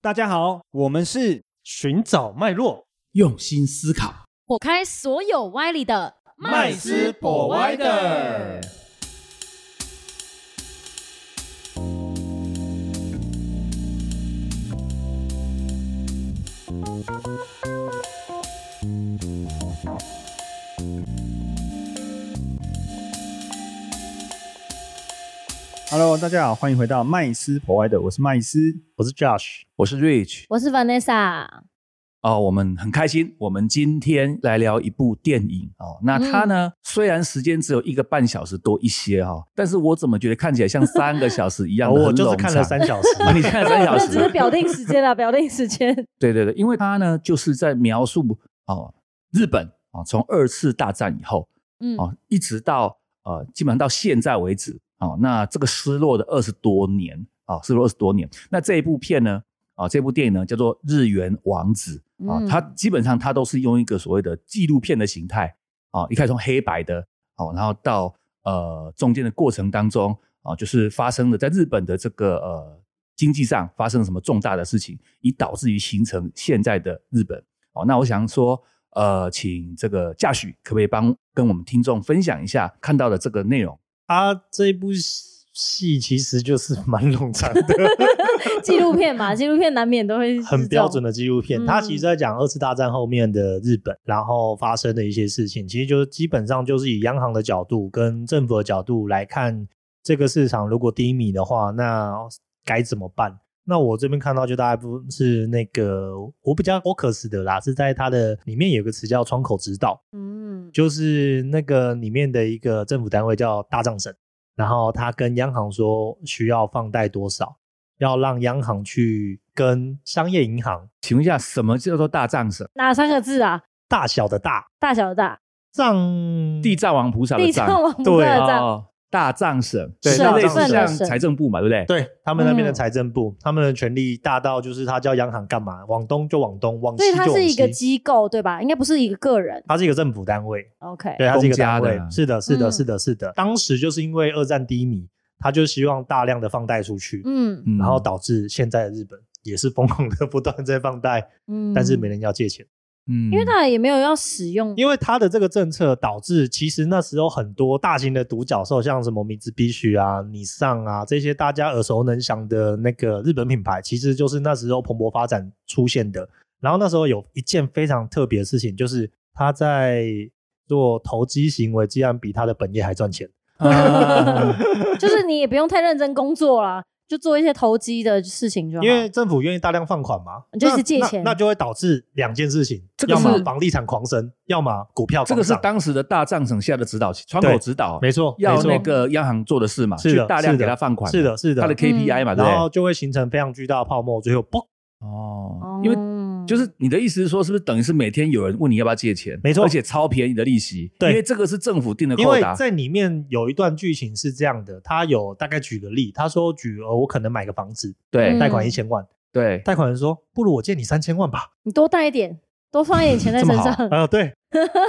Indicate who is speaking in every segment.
Speaker 1: 大家好，我们是
Speaker 2: 寻找脉络，
Speaker 3: 用心思考。
Speaker 4: 火开所有歪理的
Speaker 2: 麦斯博歪的。
Speaker 1: Hello，大家好，欢迎回到麦斯博歪的，我是麦斯，
Speaker 2: 我是 Josh。
Speaker 5: 我是 Rich
Speaker 4: 我是 Vanessa，
Speaker 5: 哦，我们很开心，我们今天来聊一部电影哦。那它呢，
Speaker 4: 嗯
Speaker 5: 虽然时间只有一个半小时多一些哈、哦，但是我怎么觉得看起来像三个小时一
Speaker 1: 哦
Speaker 5: 样的
Speaker 2: 哦
Speaker 5: 很
Speaker 2: 我就是
Speaker 5: 冗
Speaker 2: 看了
Speaker 5: 长
Speaker 2: 三小 时，
Speaker 5: 啊，你看了三小
Speaker 4: 那只是
Speaker 5: 时，
Speaker 4: 表定时间啊 啦，表定时间。
Speaker 5: 对对对，因为它呢就是在描述哦日本哦从二次大战以后
Speaker 4: 嗯，
Speaker 5: 哦一直到呃基本上到现在为止哦，那这个失落的二十多年哦，失落二十多年，那这一部片呢啊、哦、这部电影呢叫做《日元王子》。
Speaker 2: 哦
Speaker 5: 啊、
Speaker 4: 嗯
Speaker 5: 它基本上它都是用一个所谓的纪录片的形态啊、一开始从黑白的哦、然后到呃中间的过程当中啊、就是发生了在日本的这个呃经济上发生了什么重大的事情，以导致于形成现在的日本。哦，那我想说，呃，请这个驾许可不可以帮跟我们听众分享一下看到的这个内容？
Speaker 2: 他啊这一部戏其实就是 蛮冗长的，
Speaker 4: 纪录片 嘛，纪录片难免都会 是
Speaker 2: 很标准
Speaker 4: 这
Speaker 2: 的纪录片。
Speaker 4: 嗯
Speaker 2: 它其实在讲二次大战后面的日本，然后发生的一些事情，其实就基本上就是以央行的角度跟政府的角度来看这个市场，如果低迷的话，那该怎么办？那我这边看到就大概不是那个我比较 focus 的啦，是在它的里面有个词叫窗口指导，
Speaker 4: 种，嗯，
Speaker 2: 就是那个里面的一个政府单位叫大藏省，然后他跟央行说需要放贷多少，要让央行去跟商业银行
Speaker 5: 请问一下，什么叫做大藏省？
Speaker 4: 哪三个字啊？
Speaker 2: 大小的大
Speaker 4: 大小的大，
Speaker 2: 藏
Speaker 5: 地藏王菩萨的
Speaker 4: 地
Speaker 5: 藏，
Speaker 4: 藏王菩萨的藏，
Speaker 5: 哦，大藏省，对，
Speaker 2: 省
Speaker 5: 那类
Speaker 2: 份
Speaker 5: 似
Speaker 2: 的
Speaker 5: 像
Speaker 4: 省
Speaker 5: 财政部嘛，对不对？
Speaker 2: 对他们那边的
Speaker 4: 嗯
Speaker 2: 财政部，他们的权力大到就是他叫央行干嘛，往东就往东，往
Speaker 4: 所
Speaker 2: 西
Speaker 4: 以
Speaker 2: 就
Speaker 4: 它
Speaker 2: 往西。
Speaker 4: 是一个机构对吧？应该不是一个个人。
Speaker 2: 它是一个政府单位，
Speaker 4: OK，
Speaker 2: 对，它是一个
Speaker 5: 公家
Speaker 2: 单位
Speaker 5: 的啊
Speaker 2: 是的，是的，
Speaker 4: 嗯
Speaker 2: 是的，是的。当时就是因为二战低迷，他就希望大量的放贷出去，
Speaker 4: 嗯
Speaker 5: 嗯
Speaker 2: 然后导致现在的日本也是疯狂的 不断在放贷，
Speaker 4: 嗯，
Speaker 2: 但是没人要借钱，
Speaker 5: 嗯，
Speaker 4: 因为它也没有要使用，
Speaker 2: 因为他的这个政策导致，其实那时候很多大型的独角兽，像什么米兹必须啊、尼桑啊这些大家耳熟能详的那个日本品牌，其实就是那时候蓬勃发展出现的。然后那时候有一件非常特别的事情，就是他在做投机行为，竟然比他的本业还赚钱。嗯
Speaker 5: 啊
Speaker 4: 就是你也不用太认真工作啦，就做一些投机的事情就好。
Speaker 2: 因为政府愿意大量放款嘛，
Speaker 4: 你就一直借
Speaker 2: 那
Speaker 4: 钱
Speaker 2: 那，那就会导致两件事情，
Speaker 5: 这个
Speaker 2: 要么
Speaker 5: 是
Speaker 2: 房地产狂升，要么股票
Speaker 5: 这
Speaker 2: 狂
Speaker 5: 个是
Speaker 2: 涨
Speaker 5: 当时的大藏省下的指导，窗口
Speaker 2: 对
Speaker 5: 指导，
Speaker 2: 没错，
Speaker 5: 要
Speaker 2: 没错
Speaker 5: 那个央行做的事嘛，
Speaker 2: 是
Speaker 5: 去
Speaker 2: 的
Speaker 5: 大量
Speaker 2: 是的
Speaker 5: 给他放款嘛，
Speaker 2: 是的，是的，
Speaker 5: 他的 KPI 嘛，对不
Speaker 2: 然后
Speaker 5: 对？
Speaker 2: 就会形成非常巨大的泡沫，最后嘣，
Speaker 5: 哦
Speaker 4: 哦，
Speaker 5: 因为就是你的意思是说，是不是等于是每天有人问你要不要借钱？
Speaker 2: 没错
Speaker 5: 而且超便宜的利息，
Speaker 2: 对
Speaker 5: 因为这个是政府定的
Speaker 2: 因
Speaker 5: 扣
Speaker 2: 为
Speaker 5: 打，
Speaker 2: 在里面有一段剧情是这样的，他有大概举个例，他说举呃我可能买个房子，
Speaker 5: 对
Speaker 4: 嗯
Speaker 2: 贷款一千万，
Speaker 5: 对，
Speaker 2: 贷款人说不如我借你三千万吧，
Speaker 4: 你多带一点，多放一点钱在
Speaker 5: 这
Speaker 4: 身
Speaker 5: 么
Speaker 4: 上，
Speaker 2: 呃对，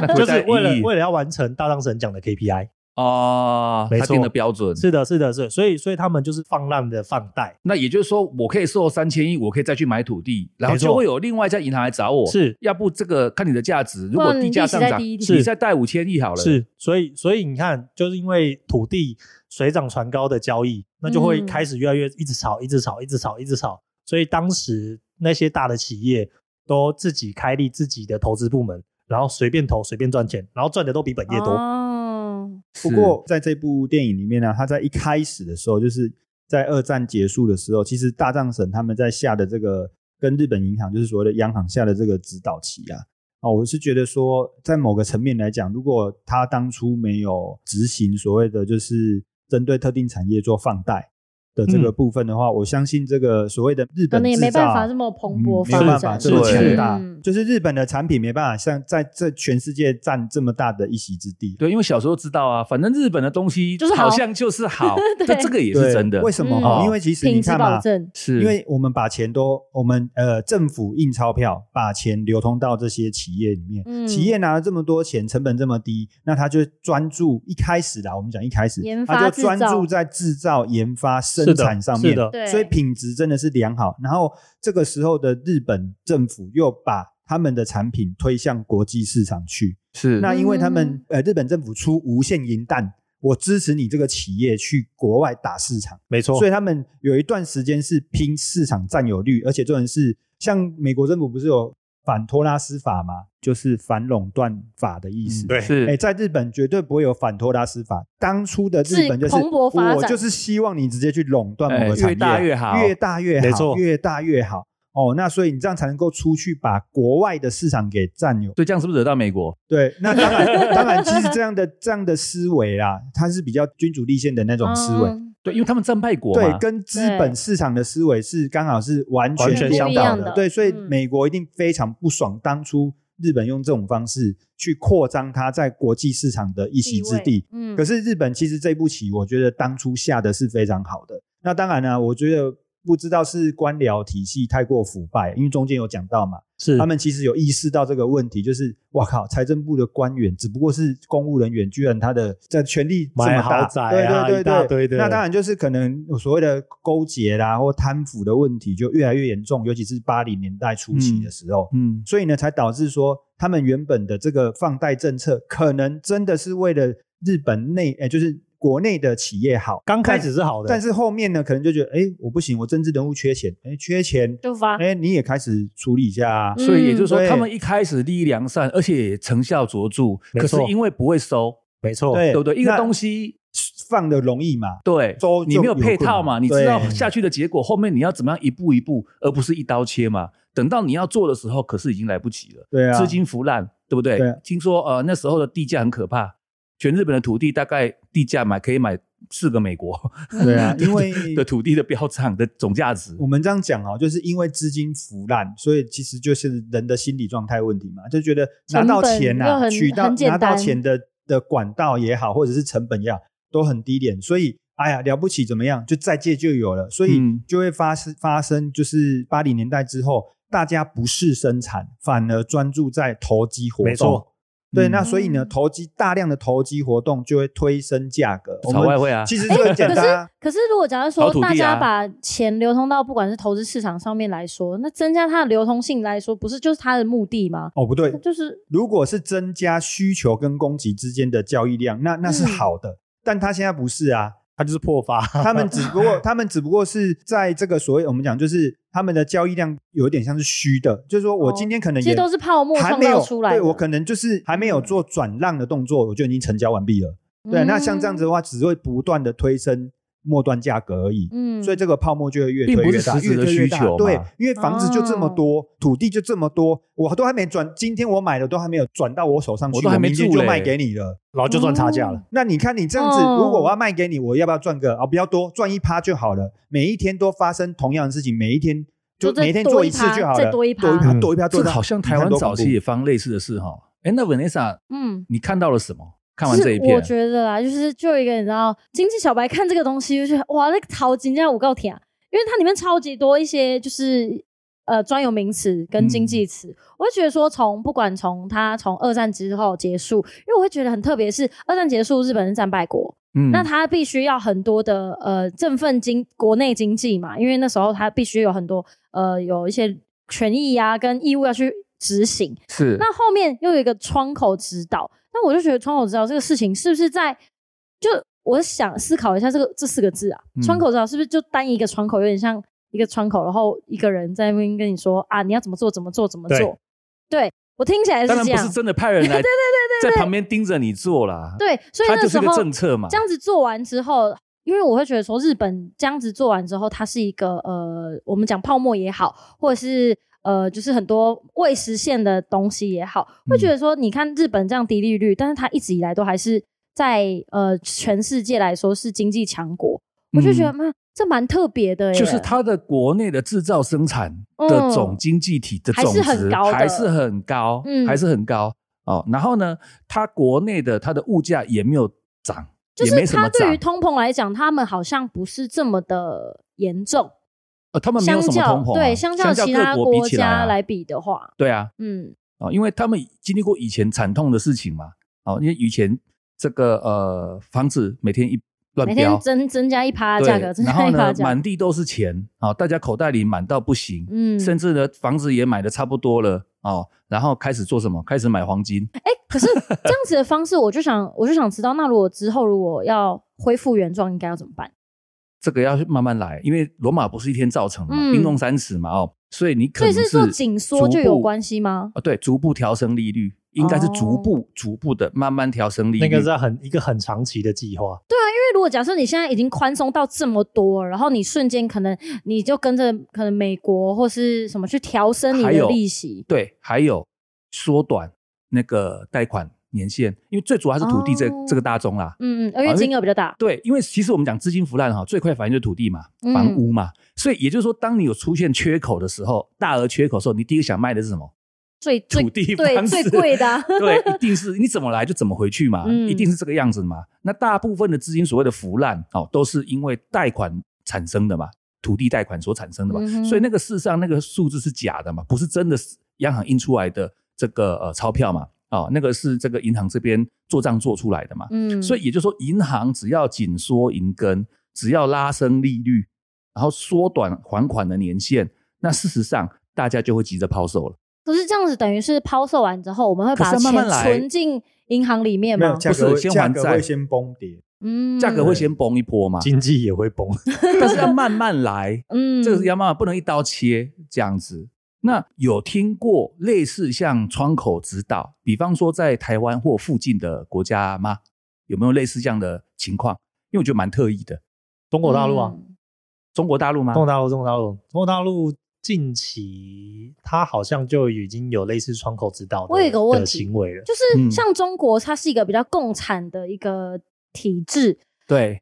Speaker 5: 那会
Speaker 2: 就
Speaker 5: 带
Speaker 2: 是为
Speaker 5: 一亿
Speaker 2: 了为了要完成大当神讲的 KPI，
Speaker 5: 嗯哦，
Speaker 2: 没
Speaker 5: 他
Speaker 2: 错
Speaker 5: 定的标准。
Speaker 2: 是的，是的，是的，所以所以他们就是放浪的放贷，
Speaker 5: 那也就是说，我可以收三千亿，我可以再去买土地，然后
Speaker 2: 没错
Speaker 5: 就会有另外一家银行来找我。
Speaker 2: 是
Speaker 5: 要不这个看你的价值，如
Speaker 4: 不
Speaker 5: 果
Speaker 4: 然
Speaker 5: 地
Speaker 4: 你
Speaker 5: 价
Speaker 4: 利息
Speaker 5: 上
Speaker 4: 再
Speaker 5: 涨，
Speaker 4: 低一
Speaker 5: 你
Speaker 2: 是
Speaker 5: 再贷五千亿好了。
Speaker 2: 是，所以所以你看，就是因为土地水涨船高的交易，那就会
Speaker 4: 嗯
Speaker 2: 开始越来越一直炒，一直炒，一直炒，一直炒。所以当时那些大的企业都自己开立自己的投资部门，然后随便投随便赚钱，然后赚的都比本业多。
Speaker 4: 哦，
Speaker 1: 不过在这部电影里面呢，他在一开始的时候，就是在二战结束的时候，其实大藏省他们在下的这个跟日本银行，就是所谓的央行下的这个指导期啊。啊，我是觉得说，在某个层面来讲，如果他当初没有执行所谓的就是针对特定产业做放贷的这个
Speaker 2: 嗯
Speaker 1: 部分的话，我相信这个所谓的日
Speaker 4: 可
Speaker 1: 本
Speaker 4: 能也没
Speaker 1: 制造
Speaker 4: 办法这么蓬勃
Speaker 1: 嗯没
Speaker 4: 发
Speaker 1: 有办法
Speaker 4: 展，
Speaker 1: 这
Speaker 5: 么
Speaker 1: 么
Speaker 5: 对
Speaker 1: 强大
Speaker 4: 嗯，
Speaker 1: 就是日本的产品没办法像在这全世界占这么大的一席之地。
Speaker 5: 对，因为小时候知道啊，反正日本的东西
Speaker 4: 就是
Speaker 5: 好
Speaker 4: 好
Speaker 5: 像就是好，
Speaker 4: 对
Speaker 5: 这这个也
Speaker 1: 对，
Speaker 5: 是真的。
Speaker 1: 为什么？
Speaker 4: 嗯
Speaker 1: 哦
Speaker 5: 哦
Speaker 1: 因为其实你
Speaker 4: 品质
Speaker 1: 看
Speaker 4: 保
Speaker 1: 嘛，
Speaker 4: 证，
Speaker 5: 是
Speaker 1: 因为我们把钱都我们呃政府印钞票，把钱流通到这些企业里面，
Speaker 4: 嗯
Speaker 1: 企业拿了这么多钱，成本这么低，那他就专注一开始啦，我们讲一开始
Speaker 4: 研，发
Speaker 1: 他就专
Speaker 4: 制造
Speaker 1: 注在制造、研发、生产上面，
Speaker 2: 是的是
Speaker 4: 的
Speaker 1: 所以品质真的是良好。然后这个时候的日本政府又把他们的产品推向国际市场去，
Speaker 5: 是
Speaker 1: 那因为他们、
Speaker 4: 嗯
Speaker 1: 呃日本政府出无限银弹，我支持你这个企业去国外打市场。
Speaker 2: 没错
Speaker 1: 所，以他们有一段时间是拼市场占有率，而且重点是，像美国政府不是有反托拉斯法吗？就是反垄断法的意思。
Speaker 5: 嗯
Speaker 2: 对
Speaker 1: 哎、
Speaker 5: 是
Speaker 1: 在日本绝对不会有反托拉斯法。当初的日本就是
Speaker 4: 是蓬勃发展
Speaker 1: 我就是希望你直接去垄断某
Speaker 5: 哎
Speaker 1: 个产业，
Speaker 5: 越大越好
Speaker 1: 越大越好，
Speaker 2: 没错
Speaker 1: 越大越好。哦，那所以你这样才能够出去把国外的市场给占有。
Speaker 5: 所以这样是不是惹到美国？
Speaker 1: 对，那当然，当然，其实这样的这样的思维啦，它是比较君主立宪的那种思维。
Speaker 4: 嗯
Speaker 5: 对，因为他们战败国
Speaker 1: 对，
Speaker 5: 嘛，
Speaker 1: 跟资本市场的思维是刚好是完全
Speaker 2: 完全相
Speaker 1: 颠
Speaker 2: 反
Speaker 1: 倒
Speaker 2: 的
Speaker 1: 对，所以
Speaker 4: 嗯
Speaker 1: 美国一定非常不爽，当初日本用这种方式去扩张它在国际市场的一席之地。
Speaker 4: 嗯，
Speaker 1: 可是日本其实这步棋，我觉得当初下的是非常好的。那当然呢、我觉得不知道是官僚体系太过腐败，因为中间有讲到嘛，
Speaker 2: 是
Speaker 1: 他们其实有意识到这个问题，就是哇靠，财政部的官员只不过是公务人员，居然他的这权力这
Speaker 2: 买
Speaker 1: 么
Speaker 2: 豪
Speaker 1: 大，
Speaker 2: 宅
Speaker 1: 对
Speaker 2: 啊
Speaker 1: 对
Speaker 2: 一
Speaker 1: 对
Speaker 2: 大
Speaker 1: 对
Speaker 2: 堆的
Speaker 1: 那当然就是可能有所谓的勾结啦或贪腐的问题就越来越严重，尤其是八零年代初期的时候，
Speaker 5: 嗯，
Speaker 1: 所以呢才导致说他们原本的这个放贷政策，可能真的是为了日本内，哎，就是国内的企业好，
Speaker 2: 刚开始是好的，
Speaker 1: 但是后面呢，可能就觉得哎，我不行，我政治人物缺钱，哎，缺钱。
Speaker 4: 就发
Speaker 1: 哎，你也开始处理一下、啊，
Speaker 4: 嗯
Speaker 5: 所以也就是说，
Speaker 1: 对
Speaker 5: 他们一开始利益良善，而且也成效卓著，
Speaker 2: 没
Speaker 5: 可是
Speaker 2: 错
Speaker 5: 因为不会收，
Speaker 2: 没错，
Speaker 1: 对
Speaker 5: 对不对？一个
Speaker 1: 那
Speaker 5: 东西。
Speaker 1: 放的容易嘛。
Speaker 5: 对
Speaker 1: 收，就
Speaker 5: 你没有配套嘛？
Speaker 1: 有
Speaker 5: 你
Speaker 1: 困
Speaker 5: 知
Speaker 1: 难
Speaker 5: 道下去的结果，后面你要怎么样一步一步，而不是一刀切嘛？等到你要做的时候，可是已经来不及了，
Speaker 1: 对啊，
Speaker 5: 资金腐烂，对不对
Speaker 1: 对啊？
Speaker 5: 听说呃那时候的地价很可怕，全日本的土地大概地价买可以买四个美国
Speaker 1: 对啊，因为
Speaker 5: 的土地的标涨的总价值
Speaker 1: 我。们这样讲哦，就是因为资金腐烂，所以其实就是人的心理状态问题嘛，就觉得拿到钱
Speaker 4: 成本又
Speaker 1: 啊，
Speaker 4: 很
Speaker 1: 取到
Speaker 4: 很简
Speaker 1: 拿
Speaker 4: 单
Speaker 1: 到钱的的管道也好，或者是成本也好，都很低廉，所以。哎呀，了不起怎么样？就再借就有了，所以
Speaker 5: 嗯
Speaker 1: 就会发生发生，就是八零年代之后，大家不是生产，反而专注在投机活动。
Speaker 2: 没错，
Speaker 1: 对，
Speaker 5: 嗯
Speaker 1: 那所以呢，
Speaker 4: 嗯
Speaker 1: 投机大量的投机活动就会推升价格。我
Speaker 5: 炒
Speaker 1: 们
Speaker 5: 外汇啊，
Speaker 1: 其实就很 简
Speaker 4: 可
Speaker 1: 单啊
Speaker 4: 是，可是如果假如
Speaker 5: 炒
Speaker 4: 说
Speaker 5: 土地啊
Speaker 4: 大家把钱流通到不管是投资市场上面来说，那增加它的流通性来说，不是就是它的目的吗？
Speaker 1: 哦，不对
Speaker 4: 那，就是
Speaker 1: 如果是增加需求跟供给之间的交易量，那那
Speaker 4: 嗯
Speaker 1: 是好的。但他现在不是啊，
Speaker 2: 它就是破发，
Speaker 1: 他们只不 过他们只不过是在这个所谓我们讲就是他们的交易量有点像是虚的，就是说我
Speaker 4: 哦
Speaker 1: 今天可能
Speaker 4: 其
Speaker 1: 也
Speaker 4: 实都是泡沫
Speaker 1: 还
Speaker 4: 创
Speaker 1: 没
Speaker 4: 造
Speaker 1: 有
Speaker 4: 出来的。
Speaker 1: 对我可能就是还没有做转让的动作，我就已经成交完毕了。对，
Speaker 4: 嗯
Speaker 1: 那像这样子的话，只会不断的推升末端价格而已。
Speaker 4: 嗯，
Speaker 1: 所以这个泡沫就会越
Speaker 5: 并
Speaker 1: 推
Speaker 5: 不
Speaker 1: 越
Speaker 5: 是
Speaker 1: 大，
Speaker 5: 实质
Speaker 1: 越
Speaker 5: 的
Speaker 1: 推越
Speaker 5: 需
Speaker 1: 大
Speaker 5: 求嘛
Speaker 1: 对，因为房子就这么
Speaker 4: 哦
Speaker 1: 多，土地就这么多，我都还没转，今天我买的都还没有转到我手上去，
Speaker 5: 我都还没
Speaker 1: 明天
Speaker 5: 住
Speaker 1: 就
Speaker 5: 嘞
Speaker 1: 卖给你了。
Speaker 2: 然后就赚差价了。
Speaker 1: 那你看你这样子，
Speaker 4: 哦
Speaker 1: 如果我要卖给你，我要不要赚个啊？不要多，赚一趴就好了。每一天都发生同样的事情，每一天就
Speaker 4: 就再
Speaker 1: 每天
Speaker 4: 多
Speaker 1: 做
Speaker 4: 一
Speaker 1: 一次就好
Speaker 4: 趴
Speaker 1: 了，
Speaker 4: 再多一趴
Speaker 1: 多一趴，
Speaker 2: 嗯
Speaker 1: 多一趴，多
Speaker 5: 这
Speaker 1: 一
Speaker 5: 个
Speaker 1: 趴
Speaker 5: 好像台湾早期也发生类似的事哈、哎，那 Vanessa，
Speaker 4: 嗯。
Speaker 5: 你看到了什么？看
Speaker 4: 就
Speaker 5: 完
Speaker 4: 是
Speaker 5: 这一片
Speaker 4: 我，觉得啦，就是就有一个你知道，经济小白看这个东西，就是哇，那个淘金这样五告甜啊，因为它里面超级多一些就是呃专有名词跟经
Speaker 5: 嗯
Speaker 4: 济词，我会觉得说从不管从它从二战之后结束，因为我会觉得很特别是，二战结束日本是战败国，
Speaker 5: 嗯
Speaker 4: 那它必须要很多的呃振奋经国内经济嘛，因为那时候它必须有很多呃有一些权益啊跟义务要去执行，
Speaker 5: 是
Speaker 4: 那后面又有一个窗口指导，那我就觉得窗口指导这个事情是不是在就我想思考一下这个这四个字啊，
Speaker 5: 嗯
Speaker 4: 窗口指导是不是就单一个窗口，有点像一个窗口，然后一个人在那边跟你说啊，你要怎么做，怎么做，怎么做？对我听起来是
Speaker 5: 当然
Speaker 4: 这
Speaker 5: 不是
Speaker 4: 样，
Speaker 5: 真的派 人来，对对对对在旁边盯着你做啦。，
Speaker 4: 对，所以
Speaker 5: 它
Speaker 4: 那
Speaker 5: 就是
Speaker 4: 时
Speaker 5: 个
Speaker 4: 候
Speaker 5: 政策嘛
Speaker 4: 这。样子做完之后，因为我会觉得说，日本这样子做完之后，它是一个呃，我们讲泡沫也好，或者是呃，就是很多未实现的东西也好，
Speaker 5: 嗯
Speaker 4: 会觉得说，你看日本这样低利率，但是它一直以来都还是在呃全世界来说是经济强国，我就觉得
Speaker 5: 嗯
Speaker 4: 嘛、这蛮特别的耶，
Speaker 5: 就是它的国内的制造生产的总经济体的总值
Speaker 4: 嗯还是很高的
Speaker 5: 还是很高，
Speaker 4: 嗯
Speaker 5: 还是很高哦。然后呢，它国内的它的物价也没有涨，
Speaker 4: 就
Speaker 5: 也没
Speaker 4: 是
Speaker 5: 什么
Speaker 4: 它
Speaker 5: 涨
Speaker 4: 对于。通膨来讲，他们好像不是这么的严重，
Speaker 5: 呃，他们没有
Speaker 4: 相
Speaker 5: 什么
Speaker 4: 较
Speaker 5: 通膨啊，
Speaker 4: 对
Speaker 5: 相
Speaker 4: 较其他
Speaker 5: 各国
Speaker 4: 国
Speaker 5: 比起来
Speaker 4: 家
Speaker 5: 啊
Speaker 4: 来比的话，
Speaker 5: 对啊，
Speaker 4: 嗯
Speaker 5: 哦，因为他们经历过以前惨痛的事情嘛，哦，因为以前这个呃房子每天一乱
Speaker 4: 每
Speaker 5: 标
Speaker 4: 天，增增加一趴
Speaker 5: 对
Speaker 4: 价格，增
Speaker 5: 然
Speaker 4: 加
Speaker 5: 后
Speaker 4: 一趴
Speaker 5: 呢，
Speaker 4: 价格，
Speaker 5: 满地都是钱啊、哦大家口袋里满到不行，
Speaker 4: 嗯，
Speaker 5: 甚至呢，房子也买的差不多了哦，然后开始做什么？开始买黄金，
Speaker 4: 哎、可是这样子的方式，我就想，我就想知道，那如果之后如果要恢复原状，应该要怎么办？
Speaker 5: 这个要慢慢来，因为罗马不是一天造成的嘛，
Speaker 4: 嗯
Speaker 5: 冰冻三尺嘛哦，所以你可
Speaker 4: 所以
Speaker 5: 能
Speaker 4: 是说紧缩就有关系哦吗
Speaker 5: 啊、？对，逐步调升利率，应该是逐步、逐步的慢慢调升利率。
Speaker 2: 那个是啊很一个很长期的计划，
Speaker 4: 因为如果假设你现在已经宽松到这么多，然后你瞬间可能你就跟着可能美国或是什么去调升你
Speaker 5: 还
Speaker 4: 的
Speaker 5: 有
Speaker 4: 利息，
Speaker 5: 对，还有缩短那个贷款年限，因为最主要还是土地这、
Speaker 4: 哦
Speaker 5: 这个大宗啦。
Speaker 4: 嗯嗯，因为金额比较大，
Speaker 5: 对，因为其实我们讲资金腐烂哈，最快反应就是土地嘛，房
Speaker 4: 嗯
Speaker 5: 屋嘛，所以也就是说，当你有出现缺口的时候，大额缺口的时候，你第一个想卖的是什么？
Speaker 4: 最最
Speaker 5: 土地
Speaker 4: 对
Speaker 5: 房子
Speaker 4: 最贵的啊、
Speaker 5: 对，一定是你怎么来就怎么回去嘛，
Speaker 4: 嗯
Speaker 5: 一定是这个样子嘛。那大部分的资金所谓的腐烂哦，都是因为贷款产生的嘛，土地贷款所产生的嘛，
Speaker 4: 嗯哼
Speaker 5: 所以那个事实上那个数字是假的嘛，不是真的是央行印出来的这个呃钞票嘛，哦，那个是这个银行这边做账做出来的嘛。
Speaker 4: 嗯，
Speaker 5: 所以也就是说，银行只要紧缩银根，只要拉升利率，然后缩短还款的年限，那事实上大家就会急着抛售了。
Speaker 4: 可是这样子等于是抛售完之后，我们会
Speaker 5: 可是
Speaker 4: 把
Speaker 5: 要慢慢
Speaker 4: 钱
Speaker 5: 来
Speaker 4: 存进银行里面
Speaker 1: 没有
Speaker 4: 吗？
Speaker 1: 价格
Speaker 5: 不
Speaker 1: 会
Speaker 5: 是先
Speaker 1: 价
Speaker 5: 还
Speaker 1: 格
Speaker 5: 债
Speaker 1: 会先崩跌，
Speaker 4: 嗯，
Speaker 5: 价格会先崩一波嘛，
Speaker 2: 经济也会崩。
Speaker 5: 但是要慢慢来，
Speaker 4: 嗯，
Speaker 5: 这个是要慢慢，不能一刀切这样子。那有听过类似像窗口指导，比方说在台湾或附近的国家吗？有没有类似这样的情况？因为我觉得蛮特异的。
Speaker 2: 中国大陆啊，
Speaker 4: 嗯
Speaker 5: 中国大陆
Speaker 4: 啊
Speaker 5: 吗
Speaker 4: 哦
Speaker 2: 中？国大陆，中国大陆，中国大陆近期它好像就已经有类似窗口指导的
Speaker 4: 我有一个问
Speaker 2: 的
Speaker 4: 题
Speaker 2: 行为了。
Speaker 4: 就是
Speaker 5: 嗯
Speaker 4: 像中国，它是一个比较共产的一个体制，
Speaker 5: 对，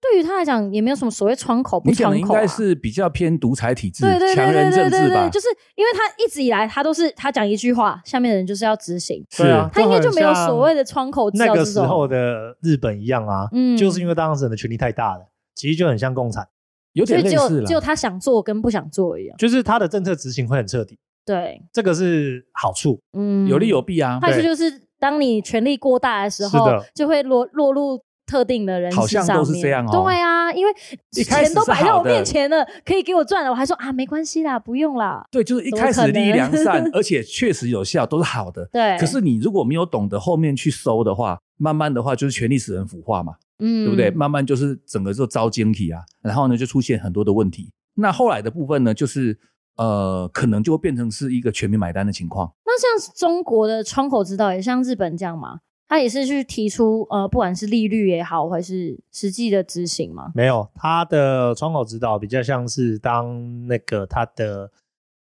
Speaker 4: 对于他来讲也没有什么所谓窗口不
Speaker 5: 你讲的
Speaker 4: 窗
Speaker 5: 应
Speaker 4: 口、啊。
Speaker 5: 该是比较偏独裁体制、
Speaker 4: 对对
Speaker 5: 强
Speaker 4: 对
Speaker 5: 人
Speaker 4: 对
Speaker 5: 政
Speaker 4: 对对
Speaker 5: 治吧
Speaker 4: 对，？就是因为他一直以来他都是他讲一句话，下面的人就是要执行，
Speaker 5: 是
Speaker 2: 对啊
Speaker 4: 他应该就没有
Speaker 2: 就很像
Speaker 4: 所谓的窗口制
Speaker 2: 那
Speaker 4: 造
Speaker 2: 个
Speaker 4: 这
Speaker 2: 时候
Speaker 4: 种。
Speaker 2: 的日本一样啊，
Speaker 4: 嗯
Speaker 2: 就是因为当时的权力太大了，其实就很像共产，
Speaker 5: 有
Speaker 4: 所
Speaker 5: 点
Speaker 4: 以
Speaker 5: 类
Speaker 4: 只
Speaker 5: 似
Speaker 4: 有只有
Speaker 5: 了。
Speaker 4: 他想做跟不想做一样，
Speaker 2: 就是他的政策执行会很彻底，
Speaker 4: 对，
Speaker 2: 这个是好处。
Speaker 4: 嗯，
Speaker 5: 有利有。弊啊，
Speaker 4: 但是
Speaker 2: 对
Speaker 4: 就是当你权力过大的时候
Speaker 2: 是的，
Speaker 4: 就会落落入特定的人
Speaker 5: 好
Speaker 4: 士
Speaker 5: 像
Speaker 4: 上
Speaker 5: 都是
Speaker 4: 面
Speaker 5: 这样哦
Speaker 4: 对啊，因为
Speaker 5: 一开始
Speaker 4: 钱都
Speaker 5: 是
Speaker 4: 摆在
Speaker 5: 好
Speaker 4: 我面
Speaker 5: 的
Speaker 4: 前了，可以给我赚了，我还说啊没关系啦，不用啦。
Speaker 5: 对，就是一
Speaker 4: 怎么
Speaker 5: 开始
Speaker 4: 可
Speaker 5: 利益
Speaker 4: 能
Speaker 5: 良善， 而且确实有效，都是好的。
Speaker 4: 对，
Speaker 5: 可是你如果没有懂得后面去收的话，慢慢的话就是权力使人腐化嘛，
Speaker 4: 嗯，
Speaker 5: 对不对？慢慢就是整个就遭奸体啊，然后呢就出现很多的问题。那后来的部分呢，就是呃，可能就会变成是一个全民买单的情况。
Speaker 4: 那像中国的窗口指导也像日本这样吗？他也是去提出呃，不管是利率也好，还是实际的执行吗？
Speaker 2: 没有，他的窗口指导比较像是当那个他的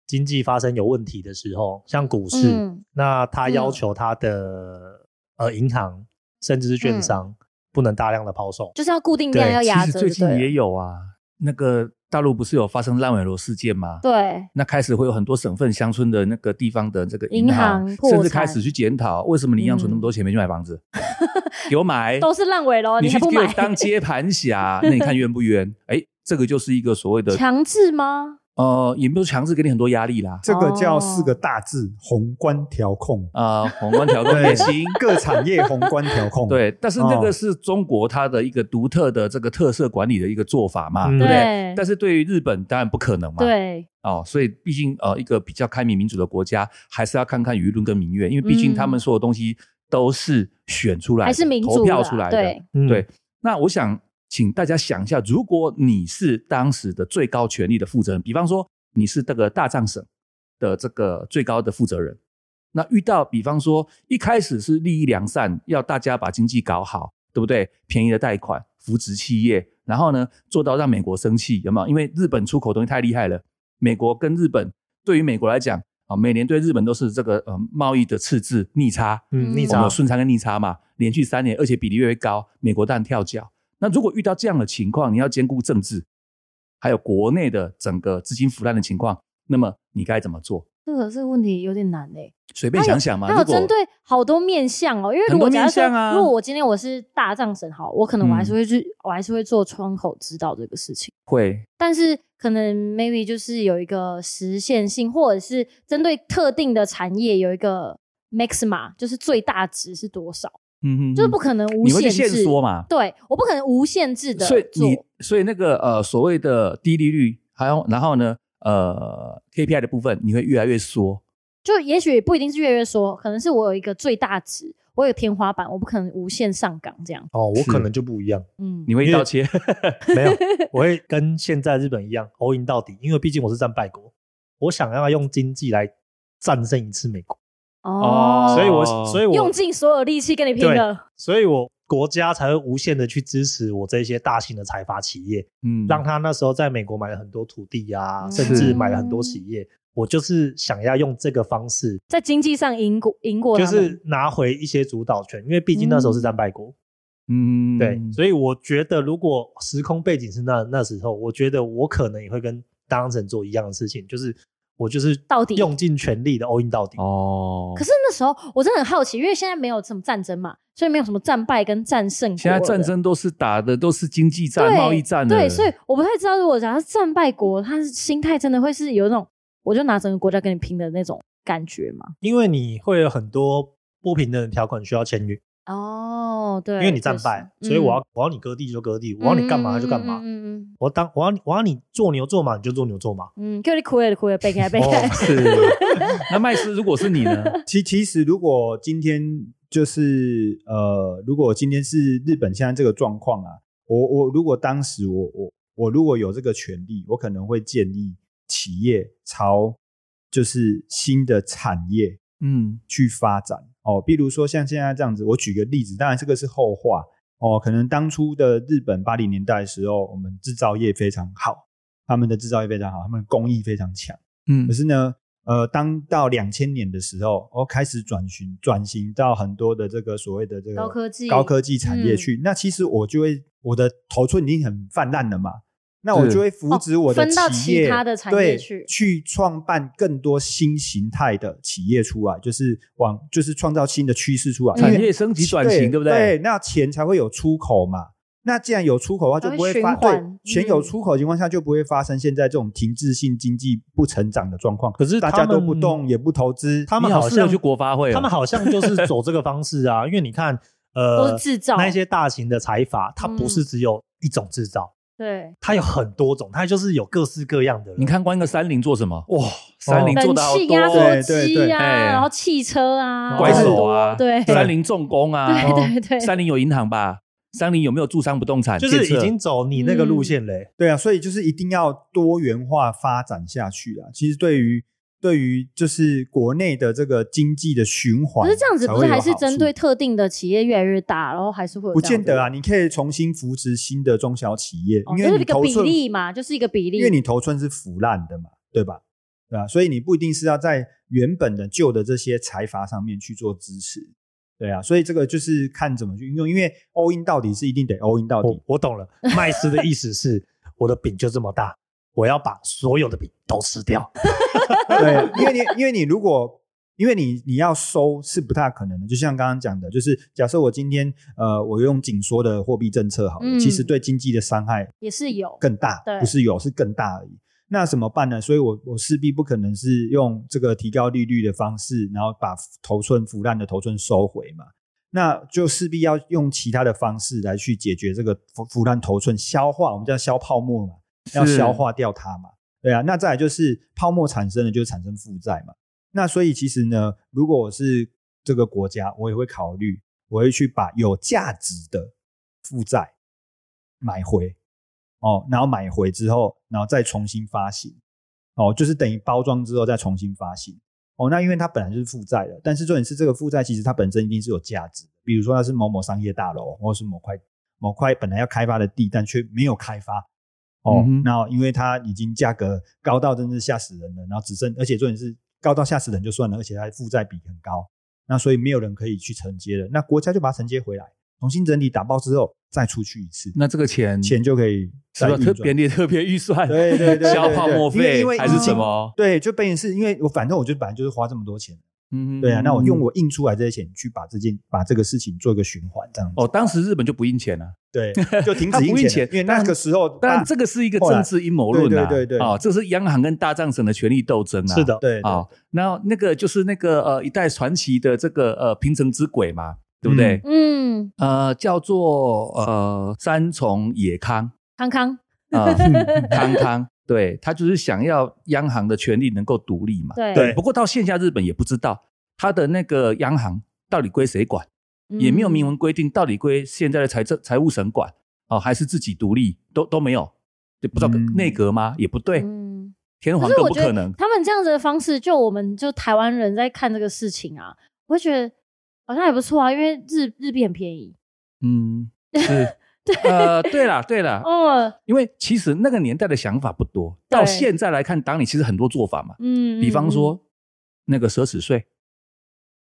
Speaker 2: 经济发生有问题的时候，像股市，
Speaker 4: 嗯
Speaker 2: 那他要
Speaker 4: 嗯
Speaker 2: 求他的、呃银行甚至是券
Speaker 4: 嗯
Speaker 2: 商、不能大量的抛售。
Speaker 4: 就是要固定量要压
Speaker 5: 其实
Speaker 4: 着就
Speaker 5: 最
Speaker 4: 对
Speaker 5: 近
Speaker 4: 了，
Speaker 5: 也有啊，那个大陆不是有发生烂尾楼事件吗？
Speaker 4: 对，
Speaker 5: 那开始会有很多省份、乡村的那个地方的这个
Speaker 4: 银行破
Speaker 5: 甚至
Speaker 4: 产嗯
Speaker 5: 开始去检讨，为什么你要存那么多钱没去买房 子？给我买，
Speaker 4: 都是烂尾楼，
Speaker 5: 你去
Speaker 4: 还不
Speaker 5: 给我
Speaker 4: 买？
Speaker 5: 当接盘侠，那你 看冤不冤？哎，这个就是一个所谓的
Speaker 4: 强制吗？
Speaker 5: 呃，也没有强制给你很多压力啦。
Speaker 1: 这个叫
Speaker 4: 哦
Speaker 1: 四个大字：宏观调控，
Speaker 5: 啊，宏观调控
Speaker 1: 对
Speaker 5: 也行。
Speaker 1: 各产业宏观调控。
Speaker 5: 对，但是那
Speaker 1: 哦
Speaker 5: 个是中国它的一个独特的这个特色管理的一个做法嘛，
Speaker 2: 嗯
Speaker 5: 对不对
Speaker 4: 对？
Speaker 5: 但是对于日本当然不可能嘛，
Speaker 4: 对，
Speaker 5: 哦，所以毕竟呃，一个比较开明民主的国家，还是要看看舆论跟民怨，因为毕竟
Speaker 4: 嗯
Speaker 5: 他们所有东西都是选出来的，
Speaker 4: 还是民主
Speaker 5: 投票
Speaker 4: 啦
Speaker 5: 出来的。
Speaker 4: 对，
Speaker 2: 嗯
Speaker 5: 对那我想请大家想一下，如果你是当时的最高权力的负责人，比方说你是这个大藏省的这个最高的负责人，那遇到比方说一开始是利益良善，要大家把经济搞好，对不对？便宜的贷款，扶持企业，然后呢做到让美国生气，有没有？因为日本出口东西太厉害了，美国跟日本对于美国来讲啊，每年对日本都是这个呃贸易的赤字逆差，
Speaker 2: 嗯，逆
Speaker 5: 我们
Speaker 2: 差
Speaker 5: 有顺差跟逆差嘛，连续三年，而且比例越来越高，美国当然跳脚。那如果遇到这样的情况，你要兼顾政治，还有国内的整个资金腐烂的情况，那么你该怎么做？
Speaker 4: 这个这个问题有点难诶、
Speaker 5: 随便想想嘛。
Speaker 4: 它有
Speaker 5: 如果
Speaker 4: 针对好多面向哦，因为如果
Speaker 5: 很多
Speaker 4: 假
Speaker 5: 面
Speaker 4: 设
Speaker 5: 向啊
Speaker 4: 如果我今天我是大藏神好，我可能我还
Speaker 5: 嗯
Speaker 4: 是会去，我还是会做窗口指导这个事情。
Speaker 5: 会
Speaker 4: 但是可能 maybe 就是有一个实现性，或者是针对特定的产业有一个 maxima，就是最大值是多少？
Speaker 5: 嗯嗯，
Speaker 4: 就是不可能无
Speaker 5: 你会去
Speaker 4: 限
Speaker 5: 限
Speaker 4: 制。
Speaker 5: 缩嘛，
Speaker 4: 对，我不可能无限制的
Speaker 5: 所以
Speaker 4: 做
Speaker 5: 你，所以那个呃所谓的低利率，还有然后呢呃 KPI 的部分，你会越来越缩。
Speaker 4: 就也许不一定是月月说，可能是我有一个最大值，我有天花板，我不可能无限上岗这样。
Speaker 2: 哦，我
Speaker 5: 是
Speaker 2: 可能就不一 样，
Speaker 4: 嗯，
Speaker 5: 你会一刀切，
Speaker 2: 没有，我会跟现在日本一样 all in 到底，因为毕竟我是战败国，我想要用经济来战胜一次美国，
Speaker 5: 哦
Speaker 2: 所以我
Speaker 5: 哦
Speaker 2: 所以
Speaker 4: 用
Speaker 2: 我
Speaker 4: 尽所有力气跟你拼
Speaker 2: 对
Speaker 4: 了。
Speaker 2: 所以我国家才会无限的去支持我这些大型的财阀企业，
Speaker 5: 嗯
Speaker 2: 让他那时候在美国买了很多土地啊，
Speaker 4: 嗯
Speaker 2: 甚至买了很多企业。我就是想要用这个方式，
Speaker 4: 在经济上赢过赢过他
Speaker 2: 就
Speaker 4: 们，
Speaker 2: 是拿回一些主导权，因为毕竟那时候是战败国，
Speaker 5: 嗯
Speaker 2: 对，所以我觉得如果时空背景是那那时候，我觉得我可能也会跟当成做一样的事情，就是我就是
Speaker 4: 到底
Speaker 2: 用尽全力的 all in 到底。
Speaker 5: 哦，
Speaker 4: 可是那时候我真的很好奇，因为现在没有什么战争嘛，所以没有什么战败跟战胜国
Speaker 5: 现在
Speaker 4: 了
Speaker 5: 战争都是打的都是经济战、
Speaker 4: 对
Speaker 5: 贸易战的，
Speaker 4: 对，所以我不太知道，如果假如是战败国，他心态真的会是有那种，我就拿整个国家跟你拼的那种感觉嘛。
Speaker 2: 因为你会有很多不平等的条款需要签约，
Speaker 4: 哦，对，
Speaker 2: 因为你战
Speaker 4: 确实
Speaker 2: 败，所以我
Speaker 4: 嗯
Speaker 2: 要我要你割地就割地，我要你干嘛就干嘛
Speaker 4: 嗯，嗯嗯
Speaker 2: 我当我要你我要你做牛做马你就做牛做马。
Speaker 4: 嗯，嗯叫你哭也哭也背开背开
Speaker 5: 哦，是。 那麦斯，如果是你呢？
Speaker 1: 其其实，如果今天就是呃，如果今天是日本现在这个状况啊，我我如果当时我我我如果有这个权利，我可能会建议企业朝就是新的产业
Speaker 5: 嗯
Speaker 1: 去发展哦，比如说像现在这样子，我举个例子，当然这个是后话哦，可能当初的日本八零年代的时候，我们制造业非常好，他们的制造业非常好，他们的工艺非常强。
Speaker 5: 嗯
Speaker 1: 可是呢，呃，当到两千年的时候，哦，开始转型转型到很多的这个所谓的这个
Speaker 4: 高科技
Speaker 1: 高科技产业
Speaker 4: 嗯
Speaker 1: 去，那其实我就会我的头寸已经很泛滥了嘛，那我
Speaker 5: 是
Speaker 1: 就会扶植我
Speaker 4: 哦
Speaker 1: 的
Speaker 4: 分到
Speaker 1: 企业、
Speaker 4: 其他的产业
Speaker 1: 对
Speaker 4: 去
Speaker 1: 去创办更多新形态的企业出来，就是往就是创造新的趋势出来，
Speaker 5: 产
Speaker 1: 因为
Speaker 5: 业升级转型，对不
Speaker 1: 对？
Speaker 5: 对？
Speaker 1: 那钱才会有出口嘛。那既然有出口的话，就
Speaker 4: 才会
Speaker 1: 不会发
Speaker 4: 循环嗯
Speaker 1: 对钱有出口的情况下，就不会发生现在这种停滞性经济不成长的状况。
Speaker 2: 可是
Speaker 1: 大
Speaker 2: 他
Speaker 1: 家都
Speaker 2: 们
Speaker 1: 不动，也不投资，
Speaker 2: 他们
Speaker 5: 你好
Speaker 2: 好
Speaker 5: 适合
Speaker 2: 像
Speaker 5: 去国发会哦，
Speaker 2: 他们好像就是走这个方式啊，因为你看，呃，
Speaker 4: 都是制造
Speaker 2: 那一些大型的财阀，它不是
Speaker 4: 嗯
Speaker 2: 只有一种制造，
Speaker 4: 对，
Speaker 2: 它有很多种，它就是有各式各样的人。
Speaker 5: 你，看光一个三菱做什么？
Speaker 1: 哦
Speaker 5: 哇，三菱做
Speaker 4: 冷
Speaker 5: 的好
Speaker 4: 气压
Speaker 5: 多
Speaker 1: 对
Speaker 2: 哦
Speaker 4: 缩机啊，
Speaker 5: 哎
Speaker 4: 然后汽车啊，
Speaker 5: 拐
Speaker 1: 怪
Speaker 5: 手啊，
Speaker 4: 对
Speaker 5: 三菱重工啊，
Speaker 4: 对
Speaker 5: 哦
Speaker 4: 对对
Speaker 5: 三菱有银行吧？三菱有没有住商不动产？
Speaker 2: 就是
Speaker 5: 建设
Speaker 2: 已经走你那个路线嘞、
Speaker 1: 对啊，所以就是一定要多元化发展下去啊。其实对于对于就是国内的这个经济的循环，
Speaker 4: 可是这样子不是还是针对
Speaker 1: 才会有好处？
Speaker 4: 特定的企业越来越大，然后还是会有
Speaker 1: 不
Speaker 4: 这样
Speaker 1: 见
Speaker 4: 的
Speaker 1: 得啊，你可以重新扶持新的中小企业，
Speaker 4: 哦，就
Speaker 1: 因为
Speaker 4: 是
Speaker 1: 你
Speaker 4: 一个
Speaker 1: 头
Speaker 4: 比
Speaker 1: 寸
Speaker 4: 例嘛，就是一个比例，
Speaker 1: 因为你头寸是腐烂的嘛，对吧？对啊，所以你不一定是要在原本的旧的这些财阀上面去做支持，对啊，所以这个就是看怎么去运用，因为 all in 到底是一定得 all in 到
Speaker 2: 我
Speaker 1: 底，
Speaker 2: 我懂了，麦斯的意思是，我的饼就这么大，我要把所有的饼都吃掉。
Speaker 1: 对，因为你因为你如果因为你你要收是不太可能的，就像刚刚讲的，就是假设我今天呃我用紧缩的货币政策好了，
Speaker 4: 嗯
Speaker 1: 其实对经济的伤害
Speaker 4: 也是有，
Speaker 1: 更大
Speaker 4: 对，
Speaker 1: 不是有是更大而已。那怎么办呢？所以我我势必不可能是用这个提高利率的方式，然后把头寸腐烂的头寸收回嘛。那就势必要用其他的方式来去解决这个腐腐烂头寸，消化我们叫消泡沫嘛，要
Speaker 5: 是
Speaker 1: 消化掉它嘛。对啊，那再来就是泡沫产生了，就产生负债嘛。那所以其实呢，如果我是这个国家，我也会考虑，我会去把有价值的负债买回，哦，然后买回之后，然后再重新发行，哦，就是等于包装之后再重新发行。哦，那因为它本来就是负债的，但是重点是这个负债其实它本身一定是有价值的，比如说它是某某商业大楼，或是某块某块本来要开发的地，但却没有开发。哦
Speaker 5: 嗯，哼
Speaker 1: 那因为它已经价格高到真是吓死人了，然后只剩而且重点是高到吓死人就算了，而且它负债比很高，那所以没有人可以去承接了，那国家就把它承接回来，重新整理打包之后再出去一次，
Speaker 5: 那这个钱
Speaker 1: 钱就可以
Speaker 5: 是
Speaker 1: 再
Speaker 5: 不是特
Speaker 1: 运
Speaker 5: 别
Speaker 1: 转。
Speaker 5: 列特别预算？
Speaker 1: 对对对对 对
Speaker 5: 消泡沫
Speaker 1: 因为
Speaker 5: 费
Speaker 1: 因为
Speaker 5: 还是
Speaker 1: 已经
Speaker 5: 什么？
Speaker 1: 对，就变成是因为我反正我就本来就是花这么多钱，
Speaker 5: 嗯
Speaker 1: 对啊，那我用
Speaker 5: 嗯
Speaker 1: 我印出来这些钱去把这件把这个事情做一个循环，这样子
Speaker 5: 哦，当时日本就不印钱了。啊
Speaker 1: 对，就停
Speaker 5: 他
Speaker 1: 止
Speaker 5: 不
Speaker 1: 印
Speaker 5: 印钱
Speaker 1: 钱了，因为那
Speaker 5: 但
Speaker 1: 个时候
Speaker 5: 当然，
Speaker 1: 大
Speaker 5: 这个是一个政治阴谋论啊，
Speaker 1: 啊后来对对对对
Speaker 5: 啊、这是央行跟大藏省的权力斗争啊，
Speaker 2: 是的，
Speaker 1: 对
Speaker 5: 啊、
Speaker 1: 对
Speaker 5: 那那个就是那个呃一代传奇的这个呃平成之鬼嘛，对不对？
Speaker 4: 嗯，
Speaker 5: 呃，叫做呃三重野 康
Speaker 4: 康康，
Speaker 5: 啊、康康，对他就是想要央行的权利能够独立嘛。
Speaker 4: 对
Speaker 1: 对
Speaker 5: 不过到线下日本也不知道他的那个央行到底归谁管。
Speaker 4: 嗯
Speaker 5: 也没有明
Speaker 4: 文，
Speaker 5: 文规定到底归现在的财政财务省管哦，还是自己独立，都都没有，就不知道
Speaker 1: 嗯
Speaker 5: 内阁吗？也不对，
Speaker 4: 嗯，
Speaker 5: 天皇
Speaker 4: 可是
Speaker 5: 更
Speaker 4: 我
Speaker 5: 不
Speaker 4: 觉得
Speaker 5: 可能。
Speaker 4: 他们这样子的方式，就我们就台湾人在看这个事情啊，我会觉得好像也不错啊，因为日日币很便宜。
Speaker 5: 嗯，是， 呃，对啦，对啦，
Speaker 4: 哦，
Speaker 5: 因为其实那个年代的想法不多，到
Speaker 4: 对
Speaker 5: 现在来看，党里其实很多做法嘛，
Speaker 4: 嗯，
Speaker 5: 比方
Speaker 4: 嗯，
Speaker 5: 说那个奢侈税，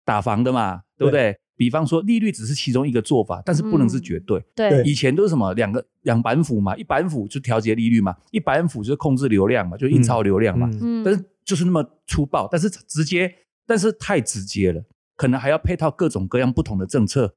Speaker 5: 打房的嘛，对不对？比方说利率只是其中一个做法，但是不能是
Speaker 4: 嗯
Speaker 5: 绝对。
Speaker 1: 对
Speaker 4: 对，
Speaker 5: 以前都是什么两个两板斧嘛，一板斧就调节利率嘛，一板斧就是控制流量嘛，就印钞流量嘛。
Speaker 2: 嗯
Speaker 4: 嗯
Speaker 5: 但是就是那么粗暴，但是直接，但是太直接了，可能还要配套各种各样不同的政策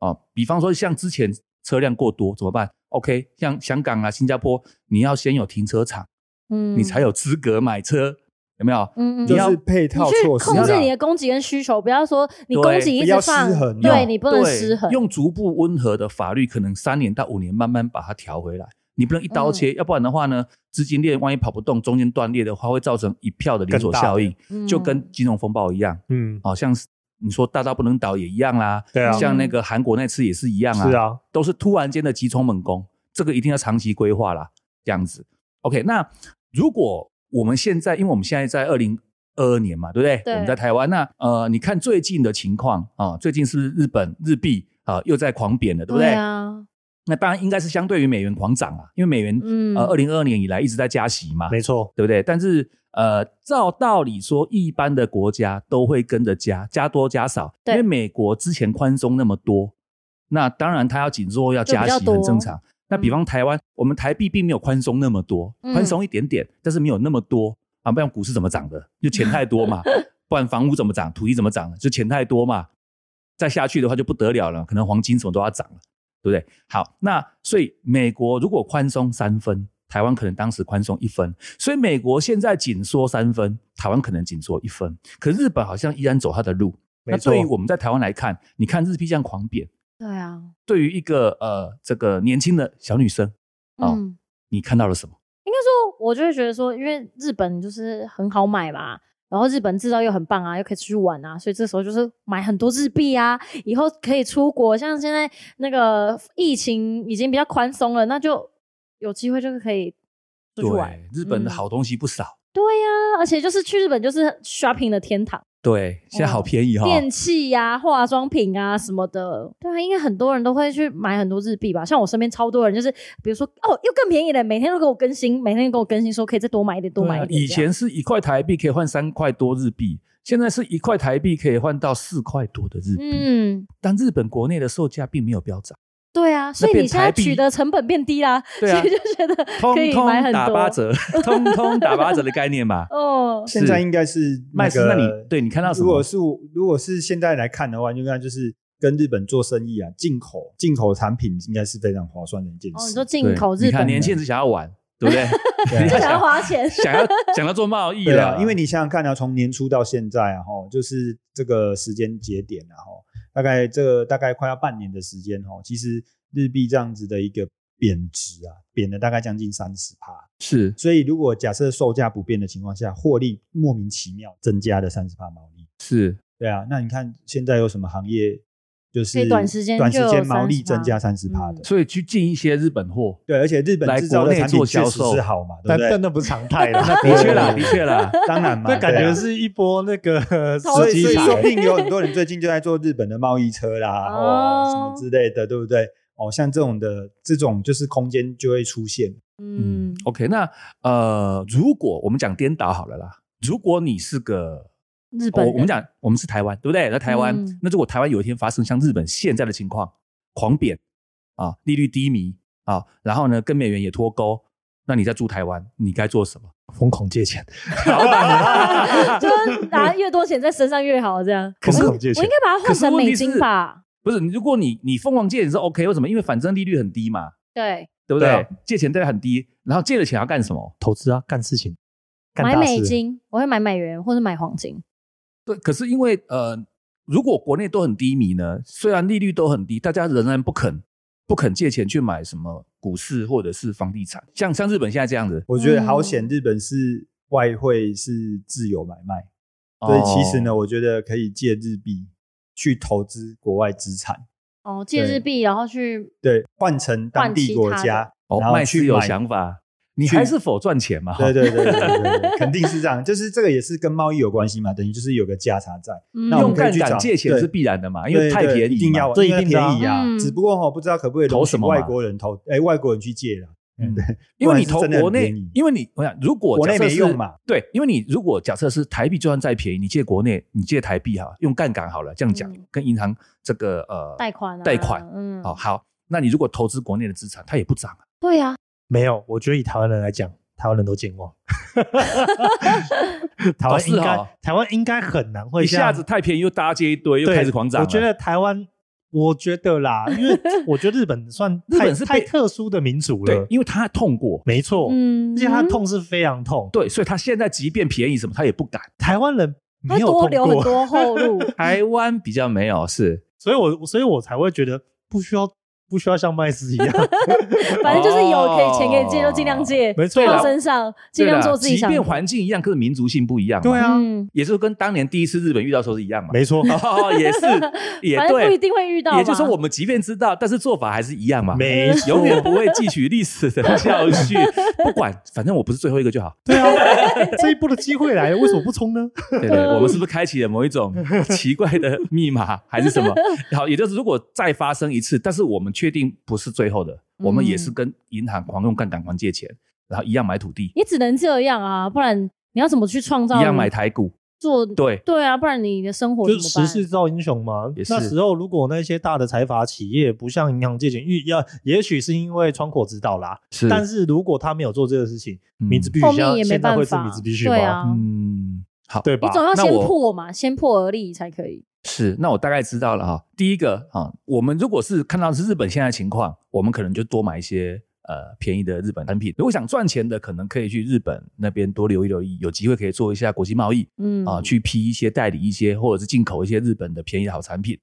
Speaker 5: 哦。比方说，像之前车辆过多怎么办？OK，像香港啊、新加坡，你要先有停车场，
Speaker 4: 嗯
Speaker 5: 你才有资格买车，有没有？
Speaker 4: 嗯嗯
Speaker 1: 就
Speaker 5: 你要
Speaker 1: 是配
Speaker 4: 你
Speaker 1: 套
Speaker 4: 去
Speaker 1: 措施啦，
Speaker 4: 控制你的供给跟需求，不要说你供给一
Speaker 1: 啊不要
Speaker 4: 直放
Speaker 1: 失衡，
Speaker 4: 对
Speaker 1: 用
Speaker 4: 你不能
Speaker 5: 对
Speaker 4: 失衡。
Speaker 5: 用逐步温和的法律，可能三年到五年慢慢把它调回来。你不能一刀切，
Speaker 4: 嗯
Speaker 5: 要不然的话呢，资金链万一跑不动，中间断裂的话，会造成一票的连锁
Speaker 2: 更大的
Speaker 5: 效应，就跟
Speaker 4: 嗯
Speaker 5: 金融风暴一样。
Speaker 2: 嗯，
Speaker 5: 好、像是你说大到不能倒也一样啦，
Speaker 2: 对啊，
Speaker 4: 像
Speaker 5: 像那个韩国那次也是一样啊，
Speaker 2: 是，啊，
Speaker 5: 都是突然间的急冲猛攻，这个一定要长期规划啦，这样子。OK，那如果我们现在，因为我们现在在二零二二年嘛，对不对？
Speaker 4: 对
Speaker 5: 我们在台湾，那呃，你看最近的情况啊、最近是不是日本日币啊、又在狂贬了，对不对？
Speaker 4: 啊，
Speaker 5: 那当然应该是相对于美元狂涨啊，因为美元、
Speaker 4: 嗯，
Speaker 5: 呃二零二二年以来一直在加息嘛，
Speaker 2: 没错，
Speaker 5: 对不对？但是呃，照道理说，一般的国家都会跟着加，加多加少，因
Speaker 4: 对
Speaker 5: 为美国之前宽松那么多，那当然它要紧缩要加
Speaker 4: 就比
Speaker 5: 息
Speaker 4: 较多
Speaker 5: 很正常。那比方台湾，我们台币并没有宽松那么多，
Speaker 4: 嗯
Speaker 5: 宽松一点点，但是没有那么多啊，不然股市怎么涨的？就钱太多嘛，不然房屋怎么涨，土地怎么涨？就钱太多嘛。再下去的话就不得了了，可能黄金什么都要涨了，对不对？好，那所以美国如果宽松三分，台湾可能当时宽松一分，所以美国现在紧缩三分，台湾可能紧缩一分，可日本好像依然走它的路。那
Speaker 2: 没错
Speaker 5: 对于我们在台湾来看，你看日币这样狂贬，
Speaker 4: 对啊，
Speaker 5: 对于一个呃这个年轻的小女生，哦
Speaker 4: 嗯，
Speaker 5: 你看到了什么？
Speaker 4: 应该说，我就会觉得说，因为日本就是很好买嘛。然后日本制造又很棒啊，又可以出去玩啊，所以这时候就是买很多日币啊，以后可以出国。像现在那个疫情已经比较宽松了，那就有机会就是可以出去玩。
Speaker 5: 对，日本的
Speaker 4: 嗯
Speaker 5: 好东西不少。
Speaker 4: 对呀、而且就是去日本就是 shopping 的天堂，
Speaker 5: 对，现在好便宜哈、
Speaker 4: 哦电器呀、化妆品啊什么的。对啊，应该很多人都会去买很多日币吧？像我身边超多人就是，比如说哦，又更便宜了，每天都给我更新，每天都给我更新说可以再多买一点，多
Speaker 5: 对
Speaker 4: 买
Speaker 5: 啊
Speaker 4: 一点。
Speaker 5: 以前是一块台币可以换三块多日币，现在是一块台币可以换到四块多的日
Speaker 4: 这
Speaker 5: 币。
Speaker 4: 样，嗯，
Speaker 5: 但日本国内的售价并没有飙涨，
Speaker 4: 对啊，所以
Speaker 5: 变
Speaker 4: 你现在
Speaker 5: 台币
Speaker 4: 取得成本变低啦，
Speaker 5: 对啊
Speaker 4: 所以就觉得
Speaker 5: 通
Speaker 4: 可以
Speaker 5: 通
Speaker 4: 买很
Speaker 5: 打八
Speaker 4: 多。
Speaker 5: 折，通通打八折的概念嘛。
Speaker 4: 哦，
Speaker 1: 现在应该是
Speaker 5: 麦斯那
Speaker 1: 个，
Speaker 5: 你对你看到什么
Speaker 1: 如果是我如果是现在来看的话，应该就是跟日本做生意啊，进口进口产品应该是非常划算的一件
Speaker 4: 哦，你
Speaker 1: 事。
Speaker 4: 说 进口
Speaker 5: 对
Speaker 4: 日
Speaker 5: 你看
Speaker 4: 本，
Speaker 5: 年轻人只想要玩，对 不对？
Speaker 1: 对啊
Speaker 5: 人家，
Speaker 4: 不想要花钱
Speaker 5: 想要想要做贸易
Speaker 1: 对
Speaker 5: 了
Speaker 1: 啊，，因为你想想看啊，从年初到现在啊，哈，就是这个时间节点啊，哈，大概这个大概快要半年的时间哈，其实日币这样子的一个贬值啊，贬了大概将近三十趴。
Speaker 5: 是
Speaker 1: 所以如果假设售价不变的情况下，获利莫名其妙增加了三十趴毛利，
Speaker 5: 是，
Speaker 1: 对啊，那你看现在有什么行业就是
Speaker 4: 可以短时间
Speaker 1: 短时
Speaker 4: 就有
Speaker 1: 间毛利
Speaker 4: 30%
Speaker 1: 增加三十趴的？
Speaker 4: 嗯
Speaker 5: 所以去进一些日本货，
Speaker 1: 对，而且日本
Speaker 5: 来
Speaker 1: 制造
Speaker 5: 国
Speaker 1: 的
Speaker 5: 内
Speaker 1: 产品
Speaker 5: 做
Speaker 1: 确
Speaker 5: 销
Speaker 1: 实
Speaker 5: 售
Speaker 1: 是好嘛，对
Speaker 2: 但
Speaker 1: 不对
Speaker 2: 但？那不是常态啦，
Speaker 5: 的确啦，
Speaker 1: 对
Speaker 5: 的确啦，
Speaker 1: 当然嘛，
Speaker 2: 那感
Speaker 1: 对
Speaker 2: 觉
Speaker 1: 啊
Speaker 2: 是一波那个
Speaker 1: 所
Speaker 2: 司
Speaker 1: 以，
Speaker 2: 机
Speaker 1: 所以说
Speaker 2: 财，
Speaker 1: 不定有很多人最近就在做日本的贸易车啦，哦，
Speaker 4: 哦
Speaker 1: 什么之类的，对不对？哦，像这种的，这种就是空间就会出现。
Speaker 4: 嗯，
Speaker 5: OK，那呃，如果我们讲颠倒好了啦，如果你是个
Speaker 4: 日本
Speaker 5: 哦我
Speaker 4: 人，
Speaker 5: 我们讲我们是台湾，对不对？在台湾，
Speaker 4: 嗯
Speaker 5: 那如果台湾有一天发生像日本现在的情况，狂贬啊，利率低迷啊，然后呢跟美元也脱钩，那你在住台湾，你该做什么？
Speaker 2: 疯狂借钱，
Speaker 4: 就是拿越多钱在身上越好，这样。
Speaker 2: 可是
Speaker 4: 我
Speaker 2: 我借钱
Speaker 4: 我应该把它换成美金吧？
Speaker 5: 不是，你如果你你疯狂借钱是 OK，为什么？因为反正利率很低嘛，
Speaker 4: 对，
Speaker 5: 对不
Speaker 2: 对
Speaker 5: 对？
Speaker 2: 啊
Speaker 5: 借钱贷很低，然后借了钱要干什么？
Speaker 2: 投资啊，干事情，干
Speaker 4: 买
Speaker 2: 大
Speaker 4: 美
Speaker 2: 事。
Speaker 4: 金，我会买美元或者买黄金。
Speaker 5: 对，可是因为呃，如果国内都很低迷呢，虽然利率都很低，大家仍然不肯不肯借钱去买什么股市或者是房地产，像像日本现在这样子，
Speaker 1: 我觉得好险，日本是外汇是自由买卖，
Speaker 5: 哦
Speaker 1: 所以其实呢，我觉得可以借日币去投资国外资产，
Speaker 4: 哦，借
Speaker 1: 对
Speaker 4: 日币然后去
Speaker 1: 对，换成当地国家，
Speaker 5: 哦，
Speaker 1: 然后
Speaker 5: 麦斯
Speaker 1: 去
Speaker 5: 有
Speaker 1: 买
Speaker 5: 想法，你还是否赚钱嘛？
Speaker 1: 对
Speaker 5: 哈
Speaker 1: 对对对对对，肯定是这样。就是这个也是跟贸易有关系嘛，等于就是有个价差在。
Speaker 4: 嗯
Speaker 1: 那我
Speaker 5: 用
Speaker 1: 们可以
Speaker 5: 杠
Speaker 1: 去找
Speaker 5: 杆借钱
Speaker 1: 对
Speaker 5: 是必然的嘛，因为
Speaker 1: 对
Speaker 5: 太
Speaker 1: 对
Speaker 5: 便宜嘛，
Speaker 1: 一定要
Speaker 2: 这一
Speaker 1: 因为
Speaker 2: 定的啊
Speaker 1: 便宜啊。
Speaker 4: 嗯
Speaker 1: 只不过哈，不知道可不可以容
Speaker 5: 投
Speaker 1: 许
Speaker 5: 什么嘛
Speaker 1: 外国人投，哎，外国人去借了。嗯，对，
Speaker 5: 因为你
Speaker 1: 不
Speaker 5: 投
Speaker 1: 然是真的很
Speaker 5: 国内
Speaker 1: 便宜，
Speaker 5: 因为你我想，如果
Speaker 1: 国内
Speaker 5: 假设
Speaker 1: 没
Speaker 5: 是
Speaker 1: 用嘛，
Speaker 5: 对，因为你如果假设是台币就算再便宜，你借国内，你借台币哈，用杠杆好了，这样讲，
Speaker 4: 嗯
Speaker 5: 跟银行这个呃
Speaker 4: 贷款啊
Speaker 5: 贷款，
Speaker 4: 嗯，
Speaker 5: 哦，好，那你如果投资国内的资产，它也不涨啊。
Speaker 4: 对呀，
Speaker 2: 没有，我觉得以台湾人来讲，台湾人都健忘。台湾应
Speaker 5: 是
Speaker 2: 该，
Speaker 5: 哦
Speaker 2: 台湾应该很难会
Speaker 5: 一下
Speaker 2: 像
Speaker 5: 子太便宜，又搭接一堆，又
Speaker 2: 对
Speaker 5: 开始狂涨了。
Speaker 2: 我觉得台湾，我觉得啦，因为我觉得日本算
Speaker 5: 日本
Speaker 2: 太
Speaker 5: 是
Speaker 2: 太
Speaker 5: 被
Speaker 2: 特殊的民族
Speaker 5: 对
Speaker 2: 了，，
Speaker 5: 因为他痛过，
Speaker 2: 没错，
Speaker 4: 嗯
Speaker 2: 而哦且他的痛是非常痛。
Speaker 5: 对，所以他现在即便便宜什么，他也不敢。
Speaker 2: 台湾人
Speaker 4: 他
Speaker 2: 没有
Speaker 4: 多
Speaker 2: 痛
Speaker 4: 留很
Speaker 2: 过，
Speaker 4: 多后路，
Speaker 5: 台湾比较没有是，
Speaker 2: 所以我所以我才会觉得不需要不需要像麦斯一样，
Speaker 4: 反正就是有可以钱可以借
Speaker 5: 哦
Speaker 4: 就尽量借，
Speaker 2: 没错
Speaker 4: 放
Speaker 5: 啦
Speaker 4: 身上，尽量
Speaker 5: 对啦
Speaker 4: 做自己
Speaker 5: 即
Speaker 4: 想
Speaker 5: 便环境一样，可是民族性不一样嘛。
Speaker 2: 对啊，
Speaker 4: 嗯，
Speaker 5: 也就是跟当年第一次日本遇到的时候是一样嘛。
Speaker 2: 没 错，
Speaker 5: 哦，也 是，也
Speaker 4: 反正
Speaker 5: 对，
Speaker 4: 不一定会遇到嘛，
Speaker 5: 也就是说，我们即便知道，但是做法还是一样嘛。
Speaker 2: 没错
Speaker 5: 永远不会汲取历史的教 训，不管，反正我不是最后一个就好。
Speaker 2: 对啊，这一波的机会来了，为什么不冲 呢？
Speaker 5: 对对，我们是不是开启了某一种奇怪的密码，还是什么？好，也就是如果再发生一次，但是我们确定不是最后的，我们也是跟银行狂用杠杆狂借钱，然后一样买土地，
Speaker 4: 也只能这样啊，不然你要怎么去创造
Speaker 5: 一样买台股，
Speaker 4: 做？
Speaker 5: 对，
Speaker 4: 对啊，不然你的生活
Speaker 2: 就是
Speaker 4: 怎
Speaker 2: 时
Speaker 4: 么
Speaker 2: 势
Speaker 4: 办？
Speaker 2: 造英雄嘛
Speaker 5: 也。是
Speaker 2: 那时候如果那些大的财阀企业不向银行借钱，因为要也许是因为窗口指导啦，
Speaker 5: 是
Speaker 2: 但是如果他没有做这个事情，米兹必须
Speaker 4: 后
Speaker 2: 现
Speaker 4: 面
Speaker 2: 在
Speaker 4: 也没
Speaker 2: 现在
Speaker 4: 办
Speaker 2: 会是
Speaker 4: 法
Speaker 2: 米兹必，须
Speaker 4: 对
Speaker 2: 吗？
Speaker 4: 啊，
Speaker 5: 嗯，好，
Speaker 2: 对吧
Speaker 4: 你？总要
Speaker 5: 那
Speaker 4: 先
Speaker 5: 我
Speaker 4: 破嘛，先破而立才可以。
Speaker 5: 是，那我大概知道了哈、第一个啊、我们如果是看到是日本现在的情况，我们可能就多买一些呃便宜的日本产品。如果想赚钱的，可能可以去日本那边多留意留意，有机会可以做一下国际贸易
Speaker 4: 嗯
Speaker 5: 啊、去批一些代理一些，或者是进口一些日本的便宜的好产品。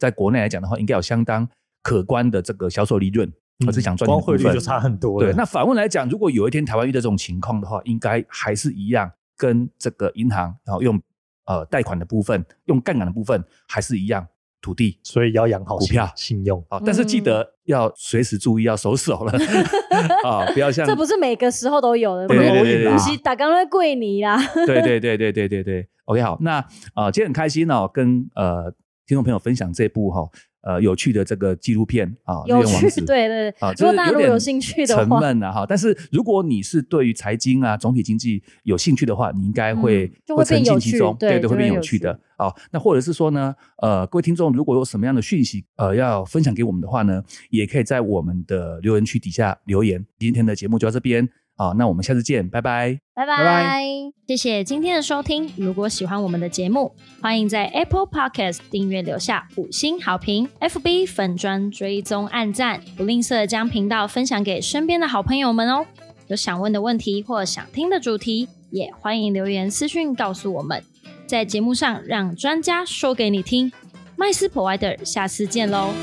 Speaker 5: 在国内来讲的话，应该有相当可观的这个销售利润，我是想赚钱
Speaker 2: 嗯光
Speaker 5: 的
Speaker 2: 汇
Speaker 5: 部
Speaker 2: 率
Speaker 5: 分
Speaker 2: 就差很多了。
Speaker 5: 对，那反问来讲，如果有一天台湾遇到这种情况的话，应该还是一样，跟这个银行，然后用呃贷款的部分，用杠杆的部分，还是一样，土地
Speaker 2: 所以要养好嗯
Speaker 5: 股
Speaker 2: 信
Speaker 5: 票
Speaker 2: 信用。
Speaker 5: 啊、但是记得要随时注意，要守手了 啊、不要像
Speaker 4: 这不是每个时候都有的，
Speaker 5: 对对对
Speaker 4: 不
Speaker 5: 对对啊
Speaker 4: 不是打刚在跪你啦，
Speaker 5: 对对对对对对对，OK 好，那啊、呃今天很开心哦，跟呃听众朋友分享这部哈、呃有趣的这个纪录片啊，日
Speaker 4: 有
Speaker 5: 愿王
Speaker 4: 趣，
Speaker 5: 子
Speaker 4: 对对对
Speaker 5: 啊，
Speaker 4: 如
Speaker 5: 就
Speaker 4: 果
Speaker 5: 是
Speaker 4: 大家
Speaker 5: 有
Speaker 4: 如果
Speaker 5: 点
Speaker 4: 有兴趣的
Speaker 5: 沉
Speaker 4: 话，
Speaker 5: 闷啊哈。但是如果你是对于财经啊、总体经济有兴趣的话，你应该会、
Speaker 4: 嗯就
Speaker 5: 会
Speaker 4: 会
Speaker 5: 沉
Speaker 4: 变
Speaker 5: 浸
Speaker 4: 有
Speaker 5: 其
Speaker 4: 趣
Speaker 5: 中，
Speaker 4: 对
Speaker 5: 对，
Speaker 4: 就
Speaker 5: 会
Speaker 4: 会
Speaker 5: 变有
Speaker 4: 有
Speaker 5: 趣
Speaker 4: 趣
Speaker 5: 的。哦，那或者是说呢，呃，各位听众如果有什么样的讯息呃要分享给我们的话呢，也可以在我们的留言区底下留言。今天的节目就到这边啊、那我们下次见，拜拜。
Speaker 4: 拜
Speaker 1: 拜拜
Speaker 4: 谢谢今天的收听。如果喜欢我们的节目，欢迎在 Apple Podcast 订阅留下五星好评，FB 粉砖追踪按赞，不吝啬将频道分享给身边的好朋友们哦。有想问的问题或想听的主题，也欢迎留言私讯告诉我们，在节目上让专家说给你听。麦斯 Provider，下次见喽。